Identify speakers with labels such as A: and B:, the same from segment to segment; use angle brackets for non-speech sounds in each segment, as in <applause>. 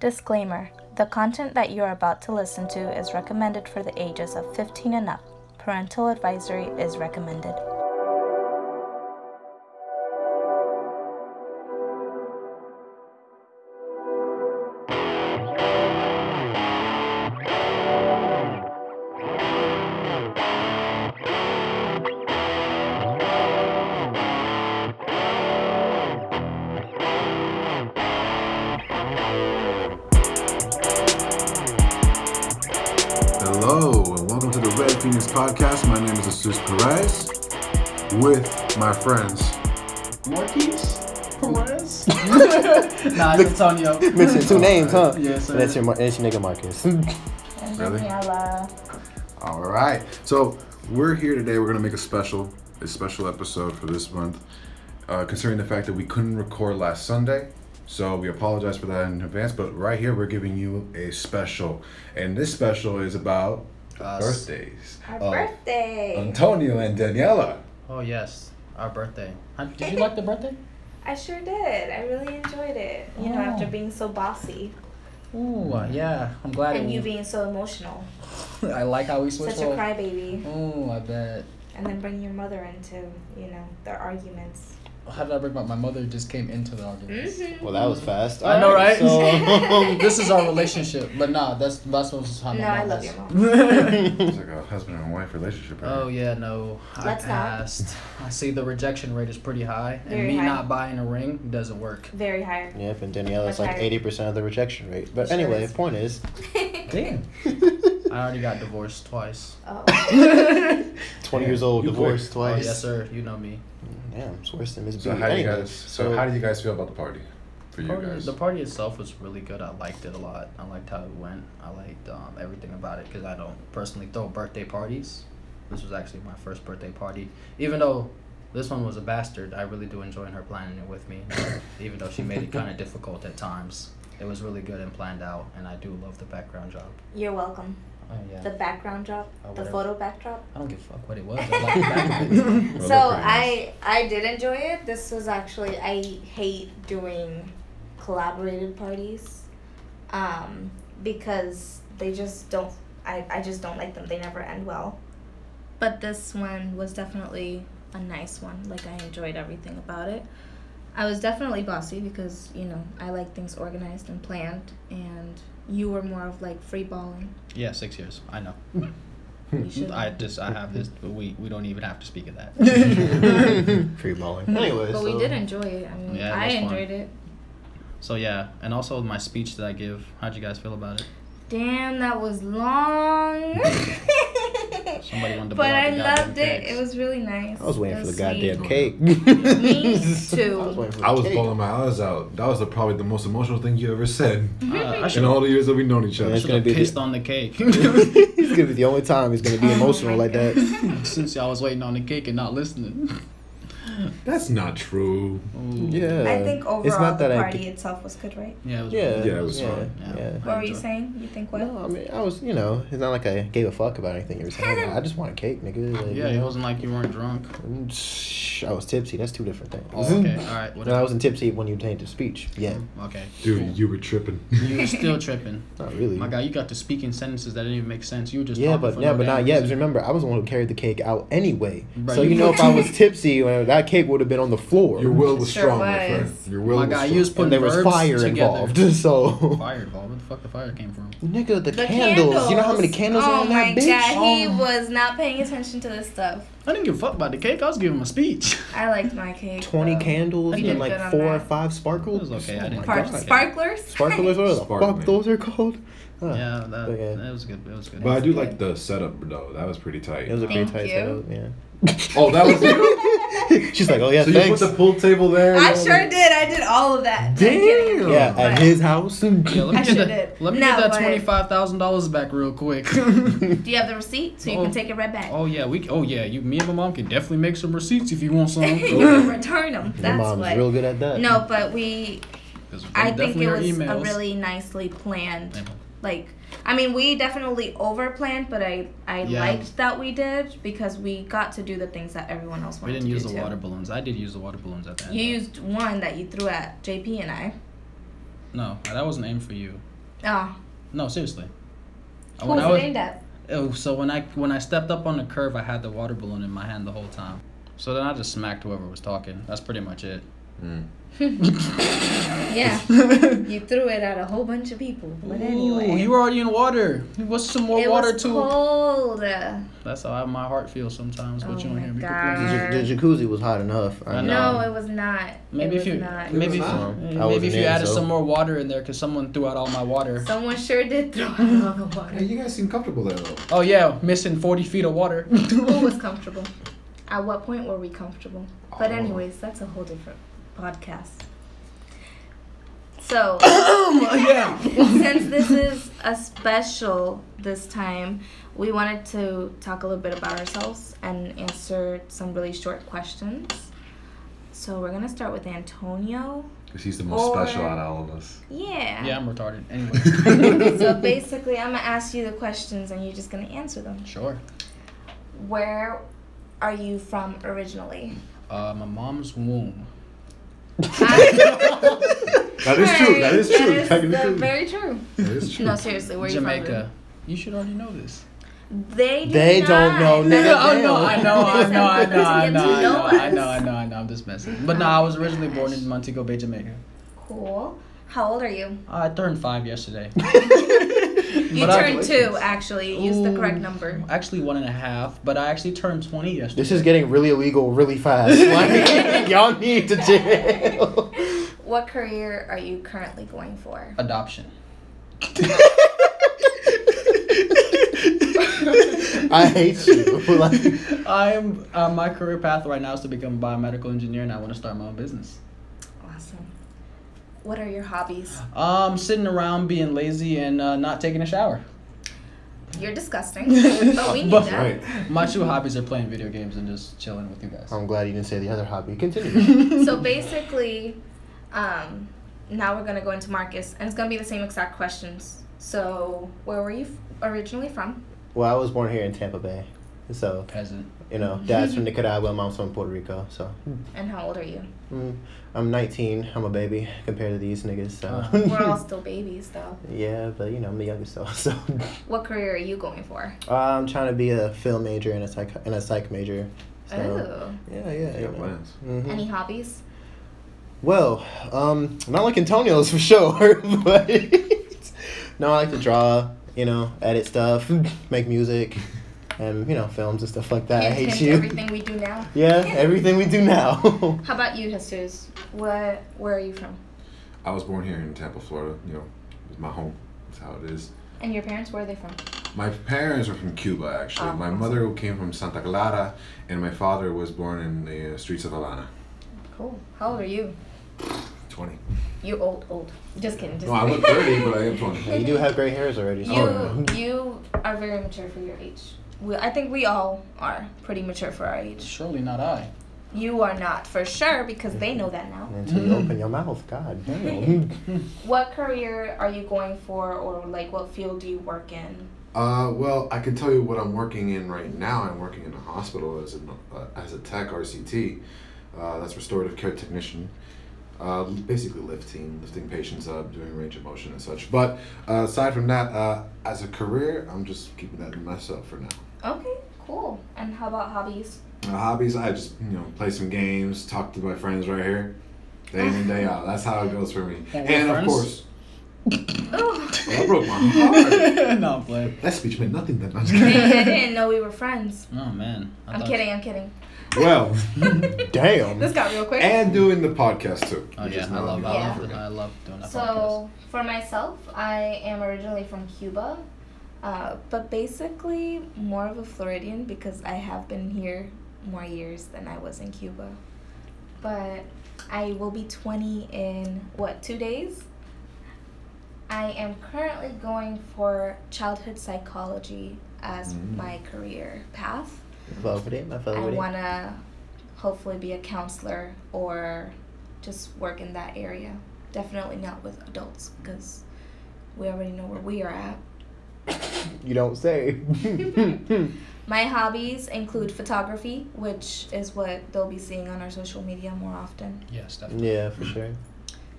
A: Disclaimer The content that you are about to listen to is recommended for the ages of 15 and up. Parental advisory is recommended.
B: Hello and welcome to the Red Phoenix Podcast. My name is Jesus Perez with my friends.
C: Marquise Perez. <laughs> nah, it's Antonio.
D: Mixing two names, huh?
C: Yeah, sir.
D: That's your, Mar- that's your
C: <laughs>
D: nigga Marcus.
A: And
B: Really?
A: Daniela.
B: All right, so we're here today. We're gonna make a special, a special episode for this month, uh, considering the fact that we couldn't record last Sunday. So we apologize for that in advance. But right here, we're giving you a special, and this special is about
C: Us.
B: birthdays.
A: Our
B: of
A: birthday.
B: Antonio and Daniela.
C: Oh yes, our birthday. Huh,
E: <laughs>
C: Did you like the birthday?
E: I sure did. I really enjoyed it. You know,
C: Oh.
E: after being so bossy
C: Ooh, uh, yeah. I'm glad.
E: and
C: it-
E: you being so emotional,
C: <laughs> I like how we switched.
E: such a
C: roles.
E: crybaby,
C: Ooh, I bet.
E: and then bring your mother into you know their arguments.
C: How did I bring my my mother? Just came into the argument.
E: Mhm.
D: Well, that was fast.
C: I know, right?
D: So,
C: this is our relationship, but nah, that's that's what's how my
E: No,
C: mom
E: I love
C: is.
E: your mom.
B: It's like a husband and wife relationship. right?
C: <laughs> Oh yeah, no. I
E: Let's not.
C: passed. I see the rejection rate is pretty high, and
E: Very
C: me
E: high.
C: not buying a ring doesn't work.
E: Very
C: <laughs>
E: high.
D: yep, and Daniela's like
E: Okay.
D: 80% of the rejection rate. But
E: Sure
D: anyway,
E: is.
C: <laughs>
D: point is,
C: Damn. I already got divorced twice.
E: oh,
C: <laughs>
D: 20
B: Yeah,
D: years old,
B: you
D: divorced
B: quick.
C: Oh,
D: twice.
C: yes, sir. You know me.
D: Damn, it's worse than Miss
B: So
D: B.
B: how do you
D: Anyway,
B: guys? So, how do you guys feel about the party? For you
C: Party-
B: guys.
C: The party itself was really good. I liked it a lot. I liked how it went. I liked um, everything about it because I don't personally throw birthday parties. This was actually my first birthday party. Even though this one was a bastard, I really do enjoy her planning it
B: <laughs>
C: with me. Even though she made it kind of difficult at times, it was really good and planned out. And I do love the background job.
E: you're welcome.
C: Oh yeah.
E: The background drop,
C: Oh,
E: the
C: whatever.
E: photo backdrop.
C: I don't give a fuck what
B: <laughs>
C: it was. I liked the back of it.
B: Well,
E: so
B: they're pretty nice.
E: I I did enjoy it. This was actually I hate doing collaborated parties um, because they just don't I, I just don't like them. They never end well. But this one was definitely a nice one. Like I enjoyed everything about it. I was definitely bossy because, you know, I like things organized and planned and you were more of like free balling.
C: Yeah, six years. I know.
E: You should
C: I just I have this. We we don't even have to speak of that.
D: <laughs> Free balling. Anyway,
E: But
D: so,
E: we did enjoy it. I mean,
C: Yeah, it
E: I
C: was fun.
E: enjoyed it.
C: So yeah, and also my speech that I give. How'd you guys feel about it?
E: Damn, that was <laughs> long.
C: Somebody wanted to blow
E: but
C: out
E: I
C: the goddamn
E: loved it.
C: cakes.
E: It was really nice.
D: I was waiting for the goddamn
B: sweet.
D: cake. <laughs>
E: Me too.
D: I was waiting for the
B: I was
D: cake. <laughs>
B: bawling my eyes out. That was the, probably the most emotional thing you ever said
C: Uh, I
B: in
C: should
B: all the years that we've known each other.
D: Yeah.
C: have
D: gonna be
C: pissed
D: the-
C: on the
D: <laughs>
C: cake
D: It's gonna be the only time
E: <laughs>
D: he's gonna be emotional like that.
C: since y'all was waiting on the cake and not listening.
B: That's not true.
C: Ooh.
D: Yeah.
E: I think overall
D: it's not
E: the
D: that I
E: party
D: g-
E: itself was good, right?
C: Yeah. It was
D: Yeah.
B: Yeah, it was fun.
C: Yeah.
D: yeah.
E: What were you
C: enjoy-
E: saying? You think what?
D: No, I mean, I was, you know, it's not like I gave a fuck about anything every time. I just want a cake, nigga.
C: <laughs>
D: Like,
C: Yeah,
D: you
C: it
D: know,
C: wasn't like you weren't
D: <laughs>
C: drunk.
D: mm, I was tipsy. That's two different things.
C: Oh, okay, Mm-hmm. all right,
D: <laughs> And
C: whatever.
D: I wasn't tipsy when you tainted speech. Yeah,
C: Okay.
B: Dude, you were <laughs> tripping.
C: You were still tripping.
D: not really.
C: My God, you got to speak in sentences that didn't even make sense. You were just
D: Yeah,
C: talking
D: but
C: for
D: yeah,
C: no
D: but
C: damn
D: not yet. Because
C: reason.
D: remember, I was the one who carried the cake out anyway.
C: Bruh,
D: so
C: you
D: you know, if I was tipsy, well, that cake would have been on the floor.
B: Your will was
E: Sure
B: strong,
E: was.
B: my friend. Your will
C: My
B: was
C: God,
B: strong.
C: you was putting
D: and there was
C: verbs
D: fire
C: together.
D: involved. <laughs> So,
C: Fire involved. Where the fuck the fire came from?
D: nigga, the, candles. You know how many candles
E: oh
D: are on that
E: my
D: bitch?
E: god, he
C: Oh.
E: was not paying attention to this stuff.
C: I didn't give a fuck about the cake. I was giving a speech. <laughs>
E: I liked my cake.
D: Twenty
E: though. You
D: candles and
E: did good
D: like
E: on
D: four or
E: that.
D: five
C: It
D: sparkles.
C: was okay. I
D: Oh
C: didn't.
D: my
E: Par-
C: give a fuck.
E: sparklers. <laughs>
D: Sparklers, what the
B: Sparkling.
D: fuck those are called?
B: Ah.
D: Huh.
C: Yeah, that,
D: Okay.
C: that was good. It was good.
B: But I do like the setup, though. That was pretty tight.
D: It was a pretty
E: Thank
D: tight
E: you.
D: setup. Yeah.
B: oh,
E: <laughs>
B: that was you? <laughs>
D: She's like, oh yeah,
B: so you put
D: thanks.
B: the pool table there? and
E: I
B: all
E: sure
B: that?
E: did. I did all of that. I'm kidding.
B: Damn.
D: yeah, at his house.
C: Yeah, let me
E: I
C: get
E: sure
C: that.
E: did.
C: Let me
E: Now
C: get that
E: what?
C: twenty five thousand dollars back real quick. <laughs>
E: Do you have the receipt so you
C: Oh.
E: can take it right back?
C: oh yeah, we. Oh yeah, you. Me and my mom can definitely make some receipts if you
E: <laughs>
C: want
E: <laughs>
C: some.
E: you can return them.
D: Your
E: That's
D: mom's
E: what.
D: real good at that.
E: No, but we
C: 'Cause
E: I think
C: definitely
E: it
C: our
E: was a
C: emails.
E: really nicely planned.
C: Mhm.
E: Like, I mean, we definitely over planned, but I I
C: Yeah.
E: liked that we did because we got to do the things that everyone else
C: We
E: wanted
C: didn't
E: to
C: use
E: do
C: the
E: too.
C: water balloons. I did use the water balloons at the end.
E: You
C: though.
E: used one that you threw at JP and I.
C: No, that wasn't aimed for you.
E: Oh,
C: No, seriously.
E: who
C: When
E: was
C: I
E: it
C: was-
E: aimed at?
C: Oh, so when I when I stepped up on the curve, I had the water balloon in my hand the whole time. So then I just smacked whoever was talking. That's pretty much
E: <laughs>
C: it. <laughs>
E: Yeah, you threw it at a whole bunch of people. But
C: Ooh,
E: anyway,
C: you were already in water. What's some more
E: it
C: water
E: was
C: too?
E: cold.
C: That's how my heart feels sometimes, but
E: Oh
C: you don't
E: my
C: hear me.
E: God.
C: complain.
D: The, the jacuzzi was hot enough. I
C: I
D: know.
E: No,
C: Um,
E: it was not.
C: Maybe
E: it was
C: if you
E: not.
C: maybe if,
D: It was
C: uh,
D: not. I
C: maybe
D: wasn't
C: if you
D: in,
C: added
D: so-
C: some more water in there, because someone threw out all my water.
E: Someone sure did throw <laughs> it all the water.
B: Hey, you guys seem comfortable there though.
C: Oh yeah, missing forty feet of water. <laughs>
E: Who was comfortable? At what point were we comfortable? But
B: Oh.
E: anyways, that's a whole different podcast. So
C: yeah.
E: <laughs> since this is a special this time, we wanted to talk a little bit about ourselves and answer some really short questions. So we're gonna start with Antonio.
B: Because he's the most
E: Or-
B: special out of all of us.
E: Yeah.
C: Yeah, I'm retarded. <laughs>
E: <laughs>
C: Anyway,
E: so basically, I'm gonna ask you the questions and you're just gonna answer them.
C: sure.
E: Where are you from originally?
C: Uh, my mom's womb.
B: That is true. That is true. Technically,
E: very true.
B: that is true.
E: No, seriously, where are you from?
C: Jamaica. You should already know this.
E: They do
D: They
E: not.
D: don't know
E: They
D: nigga.
E: don't-
C: oh <laughs> no, I know, I know, I know, I
E: Listen,
C: know, I know, I
E: you
C: know,
E: know
C: I know, I know. I'm just messing. But no, I was originally born in Montego Bay, Jamaica.
E: Cool. How old are you?
C: I turned
E: <laughs>
C: five yesterday.
E: You
C: But I-
E: turned two, actually. Use the correct number.
C: Actually, one and a half. But I actually turned twenty yesterday.
D: This is getting really illegal really
B: <laughs>
D: fast. Like, y'all need to jail.
E: What career are you currently going for?
C: adoption.
D: <laughs> I hate you. <laughs> Like,
C: I'm uh, my career path right now is to become a biomedical engineer, and I want to start my own business.
E: Awesome. What are your hobbies?
C: Um, sitting around being lazy and uh, not taking a shower.
E: You're disgusting, but
B: <laughs>
E: we need
C: But-
E: that.
B: Right.
C: My
D: <laughs>
C: two hobbies are playing video games and just chilling with you guys.
D: I'm glad you didn't say the other
B: <laughs>
D: hobby. Continue.
E: So basically, um, now we're gonna go into Marcus, and it's gonna be the same exact questions. So, where were you f- originally from?
D: Well, I was born here in Tampa Bay. So,
C: Peasant.
D: you know, dad's from Nicaragua, mom's from Puerto Rico. So,
E: And how old are
D: <laughs>
E: you?
D: mm, I'm 19. I'm a baby compared to these niggas. So, <laughs>
E: We're all still babies, though.
D: yeah, but you know, I'm the youngest, though. So, <laughs> Uh,
E: What career are you going for?
D: I'm trying to be a film major and a psych, and a psych major. So,
E: Oh,
D: yeah, yeah.
B: Yeah,
D: you know.
B: plans.
D: Mhm.
E: any hobbies?
D: Well, um, not like Antonio's for sure, <laughs> but no, I like to draw, you know, edit stuff, <laughs> make music, and you know, films and stuff like that. I
E: Hint,
D: hate
E: hint,
D: you.
E: Everything we do now.
D: Yeah, everything we do now. <laughs>
E: How about you, Jesus? What? Where are you from?
B: I was born here in Tampa, Florida. You know, it's my home. That's how it is.
E: And your parents? Where are they from?
B: My parents are from Cuba, actually.
E: Oh,
B: my
E: awesome.
B: mother came from Santa Clara, and my father was born in the uh, streets of Havana.
E: Cool. How old are you?
B: 20.
E: You old, old. Just kidding. Just
B: No, I look
E: <laughs>
B: 30, but I am 20.
D: you do have gray hairs already. So.
E: You
D: <laughs>
E: you are very mature for your age. We, I think we all are pretty mature for our age.
C: Surely
E: <laughs>
C: not I.
E: You are not for sure because they know that now.
D: Until you open your mouth, God
E: <laughs>
D: damn.
E: What career are you going for, or like what field do you work in?
B: <laughs> Uh, well, I can tell you what I'm working in right now. I'm working in a hospital as, an, uh, as a tech RCT. Uh, that's restorative care technician. Uh, basically lifting, lifting patients up, doing range of motion and such. But uh, aside from that, uh, as a career, I'm just keeping that to myself for now.
E: Okay, cool. And how about hobbies?
B: My hobbies, I just, you know, play some games, talk to my friends right here, day in and day out. That's how it goes for me. And,
C: And we're
B: of
C: friends?
B: course,
E: Oh,
B: I broke my
C: <laughs>
B: heart.
C: no, I'm playing.
B: that speech meant nothing then. I'm just
E: <laughs> I
C: <laughs>
B: kidding.
E: didn't know we were friends.
C: Oh man. I
E: I'm
C: thought-
E: kidding. I'm kidding. <laughs>
B: well,
D: damn.
E: This got real quick.
B: and doing the podcast too.
C: Oh
B: which
C: yeah,
B: is
C: I
B: not-
C: love, I
E: Yeah.
C: love, I love doing that
E: So for myself, I am originally from Cuba, uh, but basically more of a Floridian because I have been here more years than I was in Cuba. But I will be 20 in what two days? I am currently going for childhood psychology as
B: Mm.
E: my career path.
D: Fuck with it, my fuck
E: I
D: with it.
E: want to hopefully be a counselor or just work in that area. Definitely not with adults because we already know where we are at.
D: You
E: <laughs>
D: don't say.
E: My hobbies include photography, which is what they'll be seeing on our social media more often.
C: podcast. Yes, definitely.
D: yeah, for sure.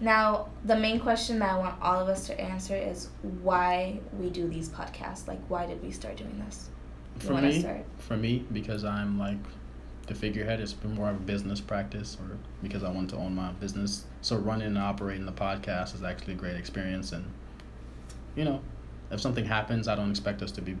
E: Now, the main question that I want all of us to answer is why we do these podcasts. Like, why did we start doing this? You
C: For
E: wanna
C: me,
E: start? <laughs>
C: for me, because I'm like the figurehead, it's been more of a business practice, or because I want to own my own business. So running and operating the podcast is actually a great experience, and you know, if something happens, I don't expect us to be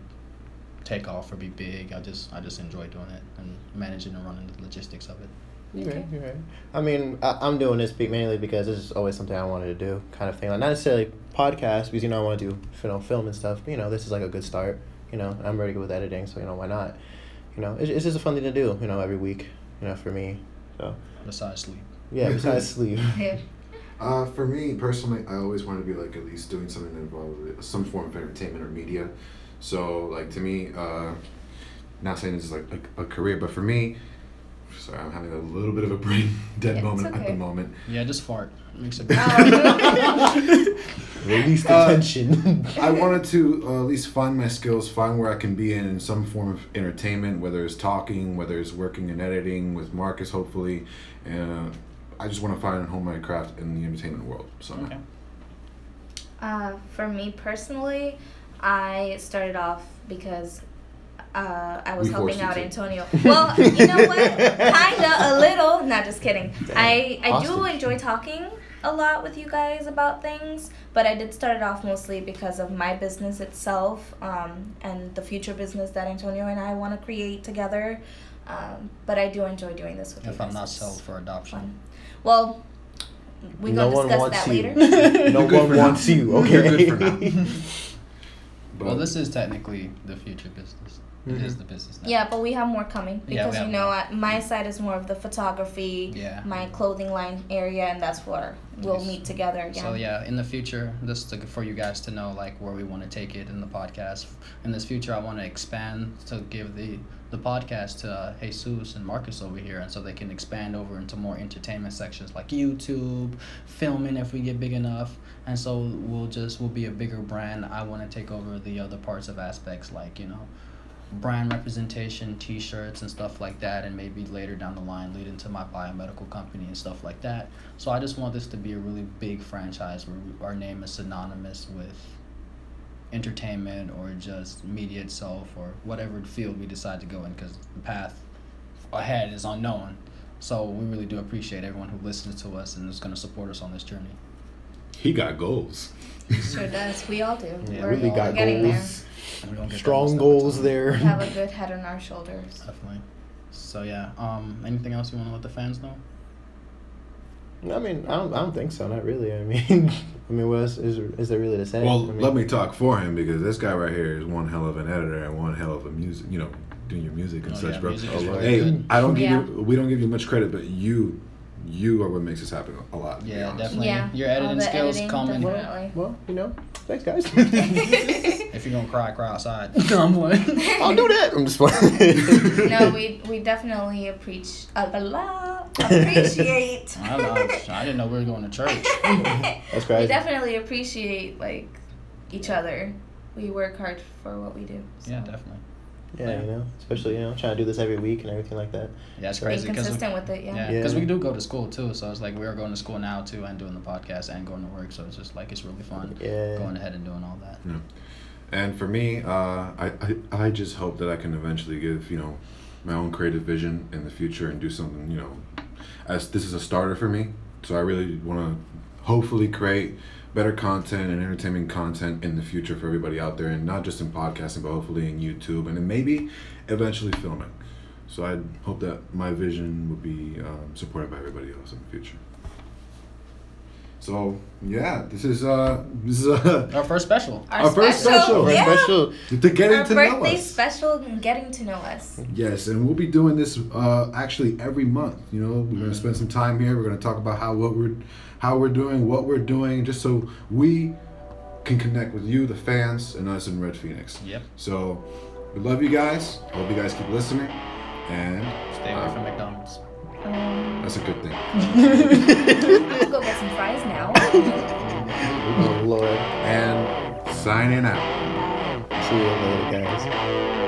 C: take off or be big. I just I just enjoy doing it and managing and running the logistics of it.
D: You're right, you're right. I mean, I, I'm doing this be- mainly because this is always something I wanted to do, kind of thing. Like not necessarily podcast, because you know I want to do you know film and stuff. But, you know, this is like a good start. You know, I'm really good with editing, so you know why not? You know, it's, it's just a fun thing to do. You know, every week. You know, for me. So
C: Besides sleep,
B: <laughs>
D: yeah,
E: <laughs>
D: besides sleep.
B: Uh, for me personally, I always wanted to be like at least doing something that involved some form of entertainment or media. So like to me, uh, not saying this is like a, a career, but for me, sorry, I'm having a little bit of a brain <laughs> dead
E: It's
B: moment at
E: okay.
B: the moment.
C: yeah, just fart makes it. better.
D: <laughs>
C: <laughs>
D: Release the
B: Uh,
D: tension.
B: I wanted to uh, at least find my skills, find where I can be in, in some form of entertainment, whether it's talking, whether it's working and editing with Marcus, hopefully. Uh, I just want to find and hone my craft in the entertainment world. So
C: Okay.
E: Uh, for me personally, I started off because uh, I was
B: We
E: helping
B: forced you
E: out
B: to.
E: Antonio. Well, you know what? Kinda a little. Not just kidding. I I do
D: Hostage.
E: enjoy talking a lot with you guys about things, but I did start it off mostly because of my business itself um, and the future business that Antonio and I want to create together. Um, but I do enjoy doing this with you
C: <laughs> If I'm
E: guys.
C: not
E: It's
C: sold for adoption,
E: fun. Well, we're
D: No
E: gonna
D: one
E: discuss
D: wants
E: that
D: you.
E: later. <laughs>
B: <laughs>
D: no
B: You're good for
D: one
B: now.
D: wants you.
B: <laughs> You're
D: Okay.
B: good for
D: <laughs>
B: now. But
C: well, this is technically the future business. It is
D: Mhm.
C: the business. Now.
E: Yeah, but we have more coming
C: Yeah, we
E: because
C: have
E: you know
C: more.
E: I, my side is more of the photography,
C: Yeah.
E: my clothing line area, and that's where we'll
C: Yes.
E: meet together again.
C: So yeah, in the future, just to, for you guys to know like where we want to take it in the podcast. In this future, I want to expand to give the the podcast to uh, Jesus and Marcus over here, and so they can expand over into more entertainment sections like YouTube, filming if we get big enough, and so we'll just we'll be a bigger brand. I want to take over the other parts of aspects like you know brand representation t-shirts and stuff like that and maybe later down the line lead into my biomedical company and stuff like that so i just want this to be a really big franchise where we- our name is synonymous with entertainment or just media itself or whatever field we decide to go in because the path ahead is unknown so we really do appreciate everyone who listens to us and is going to support us on this journey
B: he got goals.
E: sure
B: <laughs>
E: does. We all do.
C: Yeah,
E: We're
D: really
E: all
D: got
E: getting
D: goals.
C: And we don't get that
D: Strong
C: most every
D: goals
C: time.
D: there.
E: there. We have a good head on our shoulders.
C: definitely so yeah um anything else you want to let the fans know
D: I mean, I don't, I don't think so. Not really. I mean, <laughs> I mean, what else is is there really to say?
B: Well,
D: I mean,
B: let me talk for him because this guy right here is one hell of an editor and one hell of a music, you know, doing your music and
C: Oh,
B: such,
C: yeah,
B: bro.
C: music
D: is
B: Oh,
D: really
B: hey,
C: good.
B: I don't give
E: Yeah.
B: you, we don't give you much credit, but you, you are what makes this happen a lot. to be
C: Yeah,
B: honest.
C: definitely.
E: Yeah,
C: Your
E: all
C: editing
E: the
C: skills
E: editing,
C: come in.
E: definitely.
D: Well, you know, thanks guys.
C: <laughs>
D: <laughs>
C: If you're gonna cry, cry outside. I'm like,
D: I'll do that. I'm just
E: <laughs>
D: playing.
E: no, we we definitely appreciate uh, blah, blah,
C: <laughs>
E: appreciate.
C: I, I- I didn't know we were going
E: <laughs>
C: to church.
D: <laughs> That's
E: we
D: crazy.
E: definitely appreciate like each other. We work hard for what we do. So.
C: Yeah, definitely.
D: yeah, you know, especially you know, trying to do this every week and everything like that.
C: Yeah, it's
D: Being
E: Being
C: crazy because
E: consistent with it,
C: yeah,
D: Yeah.
C: because we do go to school too. So it's like we are going to school now too, and doing the podcast and going to work. So it's just like it's really fun
D: Yeah.
C: going ahead and doing all that.
B: And for me, uh, I, I I just hope that I can eventually give you know my own creative vision in the future and do something you know as this is a starter for me. So I really want to hopefully create better content and entertainment content in the future for everybody out there, and not just in podcasting, but hopefully in YouTube and then maybe eventually filming. So I hope that my vision will be um, supported by everybody else in the future. So yeah, this is uh <laughs> this is uh
C: Our first special.
E: Our,
B: Our first special.
D: Very
E: Yeah.
D: special.
B: to getting
E: Our
B: to know
E: birthday
B: us.
E: special and getting to know us.
B: Yes, and we'll be doing this uh, actually every month. You know, we're going to spend some time here. We're going to talk about how what we're how we're doing, what we're doing, just so we can connect with you, the fans, and us in Red Phoenix.
C: Yep.
B: So we love you guys. Hope you guys keep listening, and
C: Stay away from McDonald's.
B: <laughs>
E: Um,
B: that's a good thing.
E: I'm gonna go get some fries now.
D: Oh Lord,
B: And signing out.
D: see you later, guys.